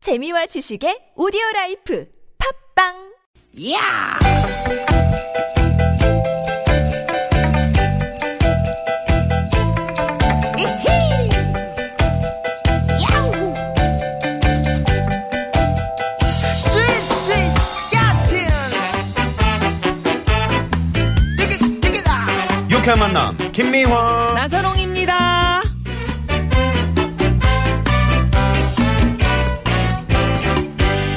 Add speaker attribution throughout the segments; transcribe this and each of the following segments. Speaker 1: 재미와 지식의 오디오 라이프 팝빵!
Speaker 2: 야! 이히! 야우! 스윗 스윗 스틴 티켓 티켓아!
Speaker 3: 유쾌한 만남 김미화
Speaker 4: 나선홍입니다.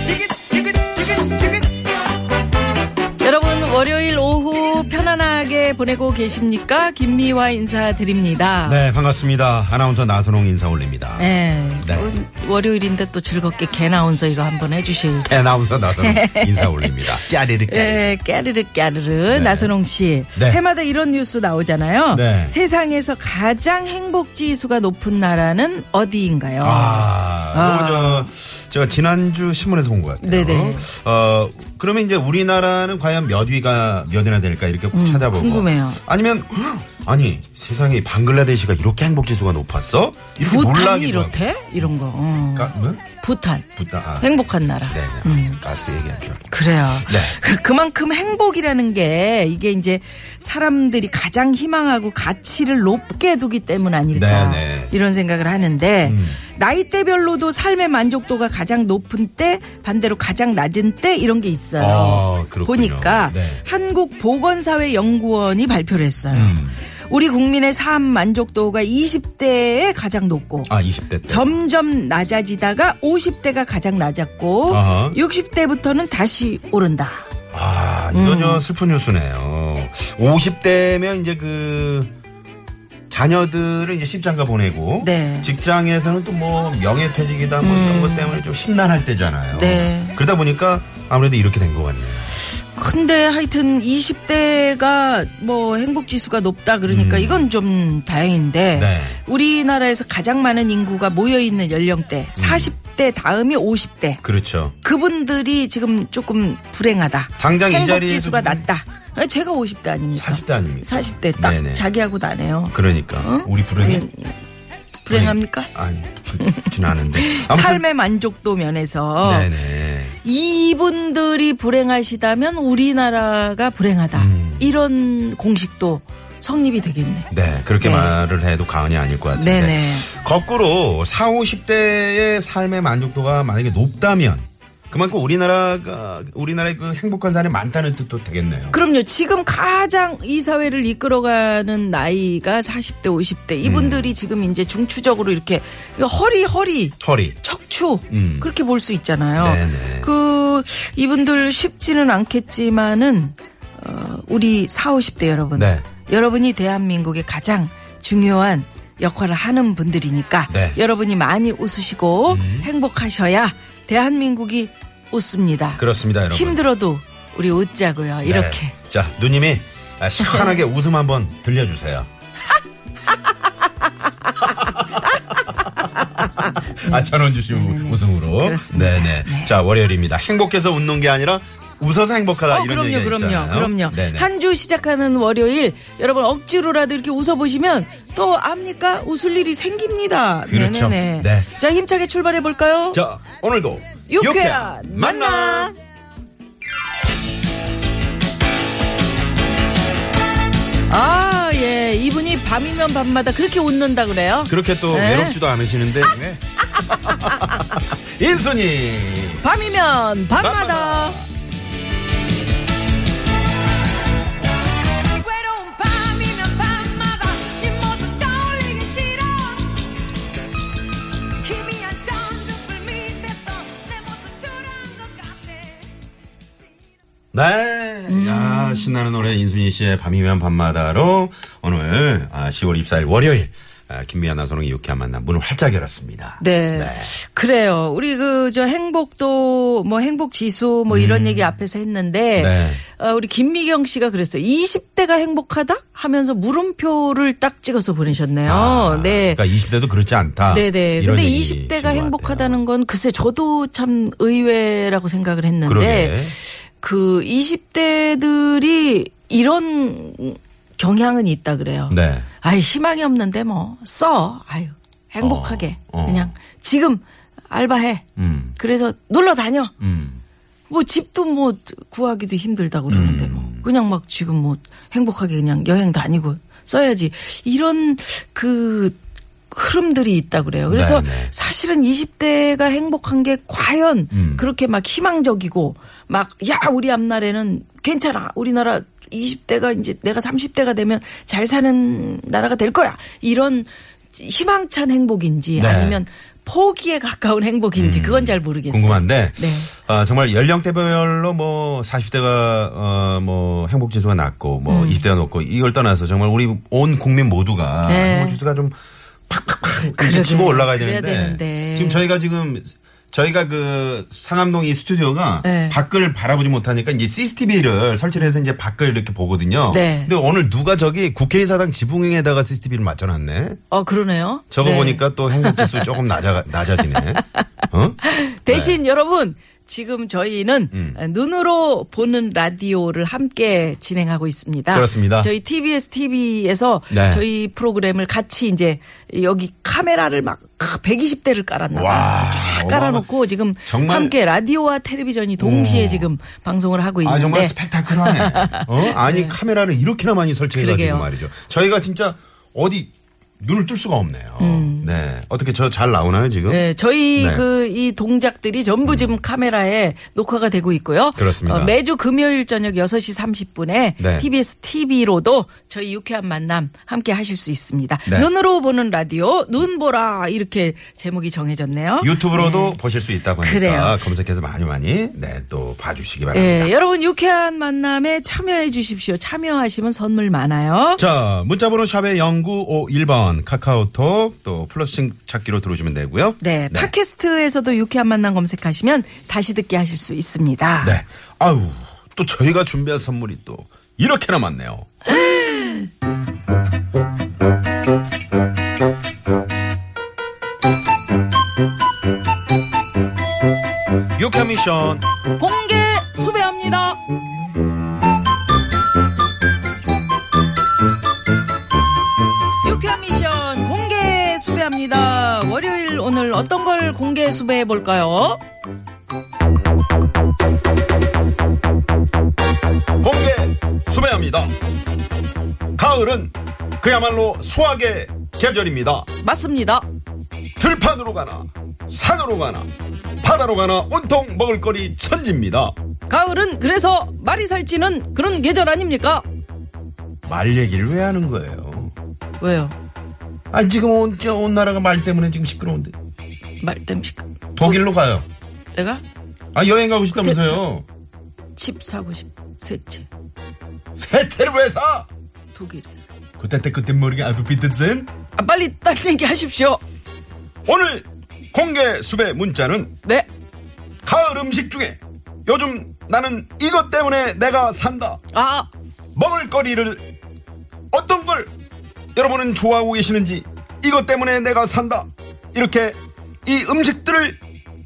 Speaker 2: 티켓 티켓 티켓 티켓
Speaker 4: 여러분 월요일 오후 편안하게 보내고 계십니까? 김미화 인사드립니다.
Speaker 3: 네 반갑습니다 아나운서 나선홍 인사 올립니다
Speaker 4: 네.
Speaker 3: 네.
Speaker 4: 월- 월요일인데 또 즐겁게 개나운서 이거 한번 해주시죠.
Speaker 3: 네, 아나운서 나선홍 인사 올립니다 깨리르 깨리
Speaker 4: 예, 깨르르 깨르르 나선홍 씨
Speaker 3: 네.
Speaker 4: 해마다 이런 뉴스 나오잖아요.
Speaker 3: 네.
Speaker 4: 세상에서 가장 행복 지수가 높은 나라는 어디인가요?
Speaker 3: 아, 이거 저, 제가 지난주 신문에서 본 것 같아요.
Speaker 4: 네네.
Speaker 3: 어, 그러면 이제 우리나라는 과연 몇 위가 몇 위나 될까 이렇게 꼭 찾아보고.
Speaker 4: 음, 궁금해요.
Speaker 3: 아니면, 헉, 아니, 세상에 방글라데시가 이렇게 행복지수가 높았어? 이렇게
Speaker 4: 부탄이
Speaker 3: 놀라기도 하고.
Speaker 4: 이렇대? 이런 거. 어.
Speaker 3: 가, 뭐?
Speaker 4: 부탄.
Speaker 3: 부탄, 아.
Speaker 4: 행복한 음. 나라.
Speaker 3: 네, 네. 가스 얘기한 줄. 알고.
Speaker 4: 그래요.
Speaker 3: 네.
Speaker 4: 그- 그만큼 행복이라는 게 이게 이제 사람들이 가장 희망하고 가치를 높게 두기 때문 아닐까
Speaker 3: 네, 음. 네.
Speaker 4: 이런 생각을 하는데 나이대별로도 삶의 만족도가 가장 높은 때 반대로 가장 낮은 때 이런 게 있어요.
Speaker 3: 아, 그렇군요.
Speaker 4: 보니까
Speaker 3: 네.
Speaker 4: 한국 보건사회 연구원이 발표를 했어요.
Speaker 3: 음.
Speaker 4: 우리 국민의 삶 만족도가 20대에 가장 높고
Speaker 3: 아, 20대 때.
Speaker 4: 점점 낮아지다가 50대가 가장 낮았고
Speaker 3: 아하.
Speaker 4: 60대부터는 다시 오른다.
Speaker 3: 아, 이건
Speaker 4: 음.
Speaker 3: 저 슬픈 뉴스네요. 50대면 이제 그 자녀들을 이제 십장가 보내고
Speaker 4: 네. 음.
Speaker 3: 직장에서는 또 뭐 명예퇴직이다 뭐 이런 것 때문에 좀 심란할 때잖아요.
Speaker 4: 네.
Speaker 3: 그러다 보니까 아무래도 이렇게 된 것 같네요.
Speaker 4: 근데 하여튼 20대가 뭐 행복 지수가 높다 그러니까 이건 좀 다행인데
Speaker 3: 음. 네.
Speaker 4: 우리나라에서 가장 많은 인구가 모여 있는 연령대
Speaker 3: 음.
Speaker 4: 40대 다음이 50대.
Speaker 3: 그렇죠.
Speaker 4: 그분들이 지금 조금 불행하다.
Speaker 3: 당장 이
Speaker 4: 행복
Speaker 3: 자리에서
Speaker 4: 지수가
Speaker 3: 지금
Speaker 4: 낮다. 아니, 제가 50대 아닙니까?
Speaker 3: 40대 아닙니까?
Speaker 4: 40대 딱
Speaker 3: 네네.
Speaker 4: 자기하고 나네요.
Speaker 3: 그러니까
Speaker 4: 어?
Speaker 3: 우리 불행이
Speaker 4: 불행- 불행합니까?
Speaker 3: 아니 그렇진 않은데 아무튼-
Speaker 4: 삶의 어. 만족도 면에서
Speaker 3: 네네
Speaker 4: 이분들이 불행하시다면 우리나라가 불행하다
Speaker 3: 음.
Speaker 4: 이런 공식도 성립이 되겠네.
Speaker 3: 네 그렇게
Speaker 4: 네.
Speaker 3: 말을 해도 과언이 아닐 것 같은데
Speaker 4: 네네.
Speaker 3: 거꾸로 4, 50대의 삶의 만족도가 만약에 높다면 그만큼 우리나라가 우리나라의 그 행복한 사람이 많다는 뜻도 되겠네요.
Speaker 4: 그럼요. 지금 가장 이 사회를 이끌어가는 나이가 40대, 50대 이분들이 지금 이제 중추적으로 이렇게 이거 허리 허리
Speaker 3: 허리.
Speaker 4: 척추
Speaker 3: 음.
Speaker 4: 그렇게 볼 수 있잖아요.
Speaker 3: 네네.
Speaker 4: 그 이분들 쉽지는 않겠지만은 어, 우리 4, 50대 여러분,
Speaker 3: 네.
Speaker 4: 여러분이 대한민국의 가장 중요한 역할을 하는 분들이니까
Speaker 3: 네. 음.
Speaker 4: 여러분이 많이 웃으시고 행복하셔야 대한민국이 웃습니다.
Speaker 3: 그렇습니다, 여러분.
Speaker 4: 힘들어도 우리 웃자고요.
Speaker 3: 네.
Speaker 4: 이렇게.
Speaker 3: 자, 누님이 아, 시원하게 웃음 한번 들려주세요. 아, 전원주 씨 우- 웃음으로.
Speaker 4: 그렇습니다.
Speaker 3: 네네. 자, 월요일입니다. 행복해서 웃는 게 아니라 웃어서 행복하다
Speaker 4: 어,
Speaker 3: 이런
Speaker 4: 그럼요,
Speaker 3: 얘기가
Speaker 4: 그럼요,
Speaker 3: 있잖아요.
Speaker 4: 그럼요.
Speaker 3: 네네.
Speaker 4: 한 주 시작하는 월요일, 여러분 억지로라도 이렇게 웃어보시면 또 압니까? 웃을 일이 생깁니다.
Speaker 3: 그렇죠.
Speaker 4: 네네네.
Speaker 3: 네.
Speaker 4: 자, 힘차게 출발해볼까요?
Speaker 3: 자, 오늘도
Speaker 4: 유쾌한 만남! 아, 예. 이분이 밤이면 밤마다 그렇게 웃는다 그래요?
Speaker 3: 그렇게 또
Speaker 4: 네.
Speaker 3: 외롭지도 않으시는데 네. 인순이
Speaker 4: 밤이면 밤마다.
Speaker 5: 외로운 밤이면 밤마다 네 모습 떠올리기 싫어 희미한 전등불 밑에서 내 모습 초라한 것 같아
Speaker 3: 네,
Speaker 4: 음.
Speaker 3: 야 신나는 노래 인순이 씨의 밤이면 밤마다로 오늘 아, 10월 24일 월요일 아, 김미아 나선홍의 유쾌한 만남 문을 활짝 열었습니다.
Speaker 4: 네. 그래요. 우리 그 저 행복도 뭐 행복 지수 뭐 이런 얘기 앞에서
Speaker 3: 음.
Speaker 4: 했는데
Speaker 3: 네.
Speaker 4: 어, 우리 김미경 씨가 그랬어요. 20대가 행복하다 하면서 물음표를 딱 찍어서 보내셨네요.
Speaker 3: 아,
Speaker 4: 네.
Speaker 3: 그러니까 20대도 그렇지 않다.
Speaker 4: 네네.
Speaker 3: 이런
Speaker 4: 근데
Speaker 3: 얘기신
Speaker 4: 20대가
Speaker 3: 것
Speaker 4: 행복하다는 건 글쎄 저도 참 의외라고 생각을 했는데
Speaker 3: 그러게.
Speaker 4: 그 20대들이 이런 경향은 있다 그래요.
Speaker 3: 네.
Speaker 4: 아, 아이 희망이 없는데 뭐 써. 아유 행복하게
Speaker 3: 어, 어.
Speaker 4: 그냥 지금 알바해.
Speaker 3: 음.
Speaker 4: 그래서 놀러 다녀.
Speaker 3: 음.
Speaker 4: 뭐 집도 뭐 구하기도 힘들다고 그러는데
Speaker 3: 음.
Speaker 4: 뭐 그냥 막 지금 뭐 행복하게 그냥 여행 다니고 써야지 이런 그 흐름들이 있다 그래요. 그래서
Speaker 3: 네, 네.
Speaker 4: 사실은 20대가 행복한 게 과연
Speaker 3: 음.
Speaker 4: 그렇게 막 희망적이고 막 야 우리 앞날에는 괜찮아 우리나라 20대가 이제 내가 30대가 되면 잘 사는 나라가 될 거야 이런 희망찬
Speaker 3: 네.
Speaker 4: 행복인지
Speaker 3: 음.
Speaker 4: 아니면 포기에 가까운 행복인지 그건 잘 모르겠어요.
Speaker 3: 궁금한데
Speaker 4: 네.
Speaker 3: 아, 정말 연령대별로 뭐 40대가 어, 뭐 행복 지수가 낮고 뭐
Speaker 4: 음.
Speaker 3: 20대가 높고 이걸 떠나서 정말 우리 온 국민 모두가
Speaker 4: 네.
Speaker 3: 행복 지수가 좀 팍팍팍 이렇게
Speaker 4: 그러게,
Speaker 3: 치고 올라가야
Speaker 4: 그래야
Speaker 3: 되는데,
Speaker 4: 되는데.
Speaker 3: 지금 저희가 지금 저희가 그 상암동 이 스튜디오가
Speaker 4: 네.
Speaker 3: 밖을 바라보지 못하니까 이제 CCTV를 설치를 해서 이제 밖을 이렇게 보거든요.
Speaker 4: 네.
Speaker 3: 근데 오늘 누가 저기 국회의사당 지붕에다가 CCTV를 맞춰놨네.
Speaker 4: 어 그러네요.
Speaker 3: 저거
Speaker 4: 네.
Speaker 3: 보니까 또 행복 지수 조금 낮아 낮아지네. 어?
Speaker 4: 대신 여러분 지금 저희는
Speaker 3: 음.
Speaker 4: 눈으로 보는 라디오를 함께 진행하고 있습니다.
Speaker 3: 그렇습니다.
Speaker 4: 저희 TBS TV에서
Speaker 3: 네.
Speaker 4: 저희 프로그램을 같이 이제 여기 카메라를 막 120대를 깔았나
Speaker 3: 와,
Speaker 4: 봐. 쫙 깔아놓고 지금
Speaker 3: 정말-
Speaker 4: 함께 라디오와 텔레비전이 동시에
Speaker 3: 오.
Speaker 4: 지금 방송을 하고 있는데
Speaker 3: 아 정말 스펙타클하네. 어? 아니 카메라를 이렇게나 많이 설치해가지고
Speaker 4: 그러게요.
Speaker 3: 말이죠. 저희가 진짜 어디 눈을 뜰 수가 없네요. 네 어떻게 저 잘 나오나요 지금?
Speaker 4: 음. 네, 저희
Speaker 3: 네. 음.
Speaker 4: 그 이 동작들이 전부 지금 카메라에 녹화가 되고 있고요. 어,
Speaker 3: 그렇습니다.
Speaker 4: 매주 금요일 저녁 6시 30분에
Speaker 3: 네.
Speaker 4: TBS TV로도 저희 유쾌한 만남 함께 하실 수 있습니다.
Speaker 3: 네.
Speaker 4: 눈으로 보는 라디오 눈보라 이렇게 제목이 정해졌네요.
Speaker 3: 유튜브로도 보실 수 있다고 하니까
Speaker 4: 그래요.
Speaker 3: 검색해서 많이 많이 네또 봐주시기 바랍니다.
Speaker 4: 네, 여러분 유쾌한 만남에 참여해 주십시오. 참여하시면 선물 많아요.
Speaker 3: 자 문자번호 샵의 0951번 카카오톡 또 플러스 찾기로 들어오시면 되고요.
Speaker 4: 네, 팟캐스트에서도 유쾌한 만남 검색하시면 다시 듣게 하실 수 있습니다.
Speaker 3: 네. 아유, 또 저희가 준비한 선물이 또 이렇게나 많네요. 유카 미션.
Speaker 4: 공개 수배합니다. 유쾌한 미션 공개 수배합니다. 월요일 오늘 어떤 걸 공개 수배해 볼까요?
Speaker 3: 공개 수배합니다. 가을은 그야말로 수학의 계절입니다.
Speaker 4: 맞습니다.
Speaker 3: 들판으로 가나, 산으로 가나, 바다로 가나 온통 먹을거리 천지입니다.
Speaker 4: 가을은 그래서 말이 살찌는 그런 계절 아닙니까?
Speaker 3: 말 얘기를 왜 하는 거예요?
Speaker 4: 왜요?
Speaker 3: 아 지금 온, 저온 나라가 말 때문에 지금 시끄러운데
Speaker 4: 말 때문에 시끄-
Speaker 3: 독일로 가요.
Speaker 4: 내가
Speaker 3: 아 여행 가고 싶다면서요?
Speaker 4: 집 사고 싶 셋째
Speaker 3: 그, 세체를 왜 사?
Speaker 4: 독일에
Speaker 3: 그때 때 그때 모르게 아부 비트슨
Speaker 4: 아, 빨리 딴 얘기 하십시오.
Speaker 3: 오늘 공개 수배 문자는
Speaker 4: 네.
Speaker 3: 가을 음식 중에 요즘 나는 이것 때문에 내가 산다
Speaker 4: 아
Speaker 3: 먹을거리를 어떤 걸 여러분은 좋아하고 계시는지 이것 때문에 내가 산다 이렇게 이 음식들을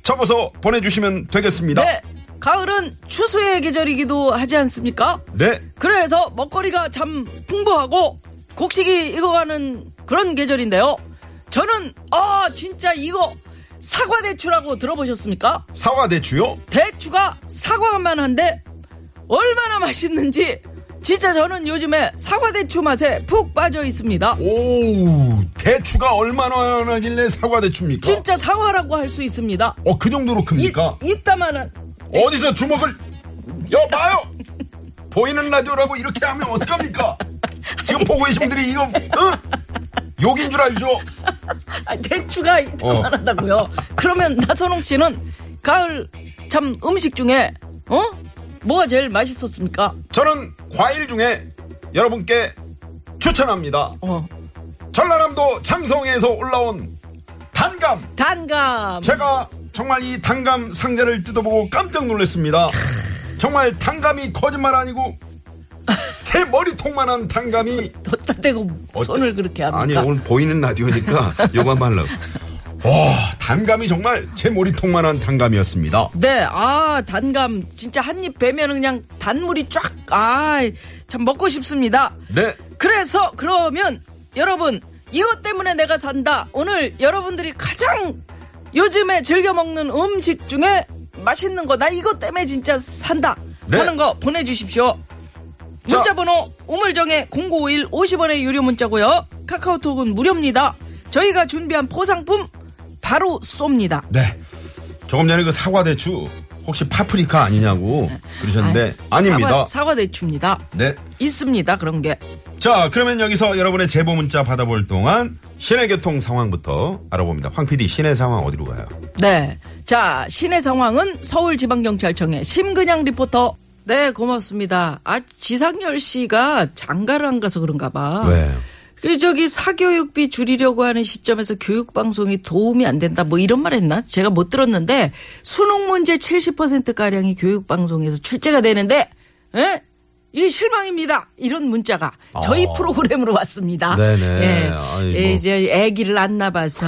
Speaker 3: 적어서 보내주시면 되겠습니다.
Speaker 4: 네. 가을은 추수의 계절이기도 하지 않습니까?
Speaker 3: 네.
Speaker 4: 그래서 먹거리가 참 풍부하고 곡식이 익어가는 그런 계절인데요. 저는 아 진짜 이거 사과 대추라고 들어보셨습니까?
Speaker 3: 사과 대추요.
Speaker 4: 대추가 사과만 한데 얼마나 맛있는지 진짜 저는 요즘에 사과 대추 맛에 푹 빠져 있습니다.
Speaker 3: 오 대추가 얼마나 하길래 사과 대추입니까?
Speaker 4: 진짜 사과라고 할 수 있습니다.
Speaker 3: 어 그 정도로
Speaker 4: 이,
Speaker 3: 큽니까?
Speaker 4: 이따만한
Speaker 3: 어디서 주먹을 여봐요 보이는 라디오라고 이렇게 하면 어떡합니까 지금 보고 계신 분들이 이거 응? 욕인 줄 알죠
Speaker 4: 아, 대추가
Speaker 3: 어.
Speaker 4: 이만하다고요. 그러면 나선홍 씨는 가을 참 음식 중에 어 뭐가 제일 맛있었습니까?
Speaker 3: 저는 과일 중에 여러분께 추천합니다
Speaker 4: 어
Speaker 3: 전라남도 장성에서 올라온 단감
Speaker 4: 단감.
Speaker 3: 제가 정말 이 단감 상자를 뜯어보고 깜짝 놀랐습니다 정말 단감이 거짓말 아니고 제 머리통만한 단감이
Speaker 4: 어따 대고
Speaker 3: 어때?
Speaker 4: 손을 그렇게 합니까?
Speaker 3: 아니 오늘 보이는 라디오니까 요만 말라. 와 단감이 정말 제 머리통만한 단감이었습니다.
Speaker 4: 네, 아 단감 진짜 한 입 베면 그냥 단물이 쫙아참 먹고 싶습니다.
Speaker 3: 네.
Speaker 4: 그래서 그러면 여러분 이것 때문에 내가 산다. 오늘 여러분들이 가장 요즘에 즐겨 먹는 음식 중에 맛있는 거 나 이것 때문에 진짜 산다
Speaker 3: 네.
Speaker 4: 하는 거 보내주십시오.
Speaker 3: 자.
Speaker 4: 문자번호 우물정에 0951 50원의 유료 문자고요. 카카오톡은 무료입니다. 저희가 준비한 포상품 바로 쏩니다.
Speaker 3: 네. 조금 전에 그 사과 대추 혹시 파프리카 아니냐고 그러셨는데
Speaker 4: 아이,
Speaker 3: 네. 아닙니다
Speaker 4: 사과, 사과 대추입니다.
Speaker 3: 네.
Speaker 4: 있습니다 그런 게.
Speaker 3: 자, 그러면 여기서 여러분의 제보 문자 받아볼 동안 시내 교통 상황부터 알아봅니다. 황 PD 시내 상황 어디로 가요?
Speaker 4: 네. 자, 시내 상황은 서울지방경찰청의 심근양 리포터. 네, 고맙습니다. 아, 지상열 씨가 장가를 안 가서 그런가 봐.
Speaker 3: 왜?
Speaker 4: 그 저기 사교육비 줄이려고 하는 시점에서 교육방송이 도움이 안 된다 뭐 이런 말 했나? 제가 못 들었는데 수능 문제 70%가량이 교육방송에서 출제가 되는데, 에? 이게 실망입니다. 이런 문자가 저희
Speaker 3: 어.
Speaker 4: 프로그램으로 왔습니다.
Speaker 3: 네네.
Speaker 4: 예.
Speaker 3: 아이,
Speaker 4: 예,
Speaker 3: 뭐.
Speaker 4: 이제 아기를 안 낳아봐서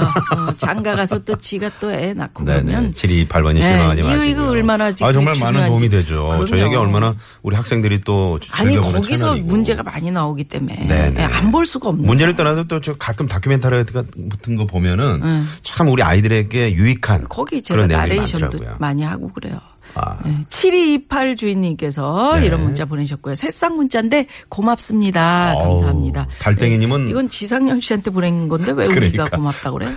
Speaker 4: 어, 장가 가서 또 지가 또 애 낳고
Speaker 3: 네네.
Speaker 4: 그러면
Speaker 3: 728번이 실망하지
Speaker 4: 네, 이거,
Speaker 3: 마시고요.
Speaker 4: 이거 얼마나
Speaker 3: 아,
Speaker 4: 지금
Speaker 3: 정말 많은
Speaker 4: 중요한지.
Speaker 3: 도움이 되죠.
Speaker 4: 그럼요.
Speaker 3: 저에게 얼마나 우리 학생들이 또 즐-
Speaker 4: 아니
Speaker 3: 즐겨보는
Speaker 4: 거기서
Speaker 3: 채널이고.
Speaker 4: 문제가 많이 나오기 때문에 예,
Speaker 3: 네네.
Speaker 4: 안 볼 수가 없는
Speaker 3: 문제를 떠나서 또 저 가끔 다큐멘터리 같은 거 보면은 참 우리 아이들에게 유익한
Speaker 4: 네. 거기 제가
Speaker 3: 그런 내용이
Speaker 4: 나레이션도
Speaker 3: 많더라고요.
Speaker 4: 많이 하고 그래요.
Speaker 3: 아.
Speaker 4: 네, 7228 주인님께서
Speaker 3: 네.
Speaker 4: 이런 문자 보내셨고요. 새싹 문자인데 고맙습니다.
Speaker 3: 어우,
Speaker 4: 아, 감사합니다.
Speaker 3: 달땡이님은-
Speaker 4: 네, 이건 지상현 씨한테 보낸 건데 왜 우리가
Speaker 3: 그러니까.
Speaker 4: 고맙다고 그래? 네.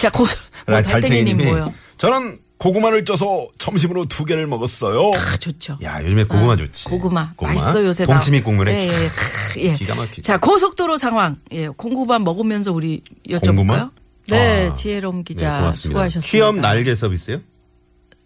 Speaker 4: 자, 고, 뭐 달땡이님 뭐요?
Speaker 3: 저는 고구마를 쪄서 점심으로 두 개를 먹었어요.
Speaker 4: 아, 좋죠.
Speaker 3: 야, 요즘에 고구마 좋지.
Speaker 4: 아, 고구마. 맛있어 요새 나-
Speaker 3: 동치미 국물에.
Speaker 4: 예, 예. 크, 예.
Speaker 3: 기가 막히죠.
Speaker 4: 자 고속도로 상황 예 공구밥 먹으면서 우리
Speaker 3: 공구만?
Speaker 4: 여쭤볼까요? 네
Speaker 3: 아.
Speaker 4: 지혜롬
Speaker 3: 네,
Speaker 4: 기자
Speaker 3: 고맙습니다.
Speaker 4: 수고하셨습니다.
Speaker 3: 취업 날개 서비스요?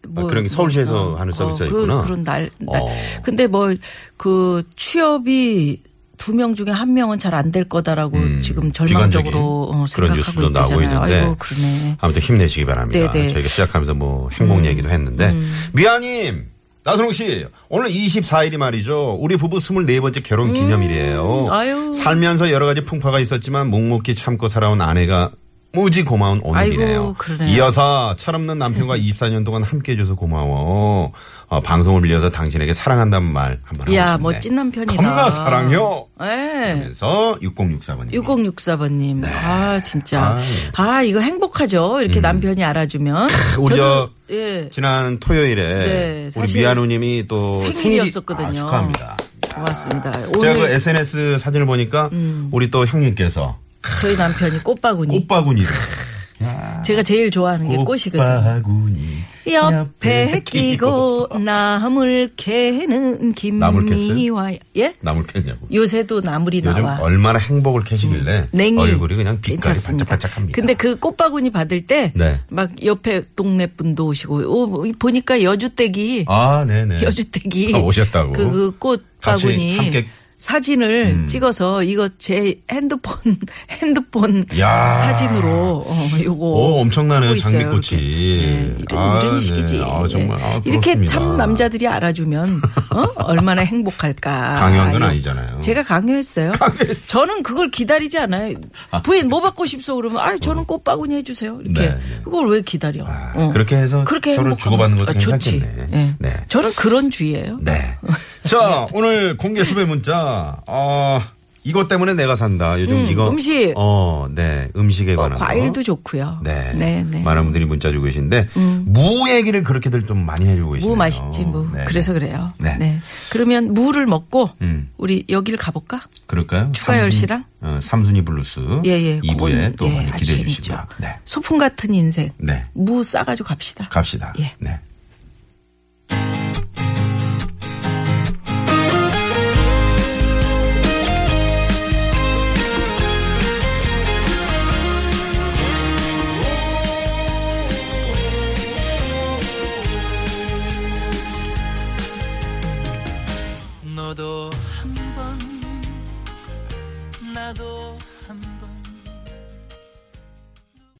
Speaker 4: 뭐,
Speaker 3: 아, 그런 게 서울시에서
Speaker 4: 뭐,
Speaker 3: 하는 서비스가
Speaker 4: 그,
Speaker 3: 있구나.
Speaker 4: 그런 날, 날.
Speaker 3: 어.
Speaker 4: 근데 뭐 그 취업이 두 명 중에 한 명은 잘 안 될 거다라고
Speaker 3: 음,
Speaker 4: 지금
Speaker 3: 비관적인
Speaker 4: 절망적으로 어,
Speaker 3: 그런
Speaker 4: 생각하고
Speaker 3: 뉴스도 나오고
Speaker 4: 있잖아요.
Speaker 3: 있는데
Speaker 4: 아이고 그러네.
Speaker 3: 아무튼 힘내시기 바랍니다.
Speaker 4: 네네. 음.
Speaker 3: 저희가 시작하면서 뭐 행복 얘기도 했는데 미아님 나선홍 씨 오늘 24일이 말이죠. 우리 부부 24번째 결혼 기념일이에요.
Speaker 4: 음, 아유.
Speaker 3: 살면서 여러 가지 풍파가 있었지만 묵묵히 참고 살아온 아내가 무지 고마운 오늘이네요.
Speaker 4: 아이고, 그러네요. 네.
Speaker 3: 이 여사 철없는 남편과 24년 동안 함께해줘서 고마워. 어, 방송을 빌려서 당신에게 사랑한다는 말 한번 하고 싶네.
Speaker 4: 야 멋진 남편이다.
Speaker 3: 겁나 사랑해요.
Speaker 4: 예.
Speaker 3: 그래서 6064번님.
Speaker 4: 6064번님. 아, 진짜.
Speaker 3: 네. 아유. 음.
Speaker 4: 아, 이거 행복하죠. 이렇게 남편이 알아주면.
Speaker 3: 우리
Speaker 4: 저는,
Speaker 3: 저
Speaker 4: 예.
Speaker 3: 지난 토요일에
Speaker 4: 네,
Speaker 3: 우리
Speaker 4: 사실
Speaker 3: 미아노님이 또
Speaker 4: 생일이었었거든요.
Speaker 3: 생일이- 아, 축하합니다.
Speaker 4: 고맙습니다.
Speaker 3: 제가 그
Speaker 4: 오늘
Speaker 3: SNS 사진을 보니까
Speaker 4: 음.
Speaker 3: 우리 또 형님께서
Speaker 4: 저희 남편이 꽃바구니.
Speaker 3: 꽃바구니
Speaker 4: 제가 제일 좋아하는 게 음. 꽃이거든요.
Speaker 3: 꽃바구니
Speaker 4: 옆에 끼고 나물 캐는
Speaker 3: 나물 캤어요?
Speaker 4: 김미화. 예?
Speaker 3: 나물 캐냐고.
Speaker 4: 요새도 나물이
Speaker 3: 요즘
Speaker 4: 나와. 음.
Speaker 3: 얼마나 행복을 캐시길래
Speaker 4: 냉이
Speaker 3: 얼굴이 그냥 빛깔이
Speaker 4: 괜찮습니다.
Speaker 3: 반짝반짝합니다.
Speaker 4: 근데 그 꽃바구니 받을 때 막
Speaker 3: 네.
Speaker 4: 옆에 동네 분도 오시고 오, 뭐 보니까 여주댁이
Speaker 3: 아 네네
Speaker 4: 여주댁이
Speaker 3: 아, 오셨다고
Speaker 4: 그, 그
Speaker 3: 같이
Speaker 4: 꽃바구니
Speaker 3: 함께- 음.
Speaker 4: 사진을 찍어서 이거 제 핸드폰 핸드폰
Speaker 3: 야.
Speaker 4: 사진으로 어, 요거
Speaker 3: 오, 엄청나네요,
Speaker 4: 하고 있어요,
Speaker 3: 장미꽃이.
Speaker 4: 이렇게. 네, 이런
Speaker 3: 아,
Speaker 4: 이런
Speaker 3: 네.
Speaker 4: 식이지
Speaker 3: 아, 정말. 아,
Speaker 4: 이렇게
Speaker 3: 그렇습니다.
Speaker 4: 참 남자들이 알아주면 어? 얼마나 행복할까
Speaker 3: 강요한 건
Speaker 4: 아,
Speaker 3: 아니잖아요.
Speaker 4: 제가 강요했어요 저는 그걸 기다리지 않아요 부인 뭐 받고 싶소 그러면 아 저는 꽃바구니 해주세요 이렇게
Speaker 3: 어. 네, 네.
Speaker 4: 그걸 왜 기다려
Speaker 3: 아,
Speaker 4: 어.
Speaker 3: 그렇게 해서 서로
Speaker 4: 행복하면-
Speaker 3: 주고받는 것도
Speaker 4: 아, 좋지.
Speaker 3: 괜찮겠네.
Speaker 4: 예.
Speaker 3: 네.
Speaker 4: 저는 그런 주의예요
Speaker 3: 네. 자, 오늘 공개 수배 문자. 어, 이것 때문에 내가 산다. 요즘
Speaker 4: 음,
Speaker 3: 이거
Speaker 4: 음식.
Speaker 3: 어, 네. 음식에
Speaker 4: 어,
Speaker 3: 관한
Speaker 4: 과일도
Speaker 3: 거.
Speaker 4: 좋고요.
Speaker 3: 네.
Speaker 4: 네, 네.
Speaker 3: 많은 분들이 문자 주고 계신데 무 얘기를 그렇게들 좀 많이 해 주고 계시네요.
Speaker 4: 무 맛있지 무.
Speaker 3: 네.
Speaker 4: 그래서 그래요.
Speaker 3: 네.
Speaker 4: 네. 그러면 무를 먹고
Speaker 3: 음.
Speaker 4: 우리 여기를 가볼까?
Speaker 3: 그럴까요?
Speaker 4: 추가열
Speaker 3: 삼순-
Speaker 4: 씨랑?
Speaker 3: 어, 삼순이 블루스
Speaker 4: 예, 예.
Speaker 3: 2부에
Speaker 4: 그건,
Speaker 3: 또
Speaker 4: 예,
Speaker 3: 많이
Speaker 4: 아주
Speaker 3: 기대해
Speaker 4: 재밌죠.
Speaker 3: 주시고요. 네.
Speaker 4: 소풍 같은 인생.
Speaker 3: 네.
Speaker 4: 무 싸가지고 갑시다.
Speaker 3: 갑시다.
Speaker 4: 예.
Speaker 3: 네.
Speaker 2: 너도 한번 나도 한번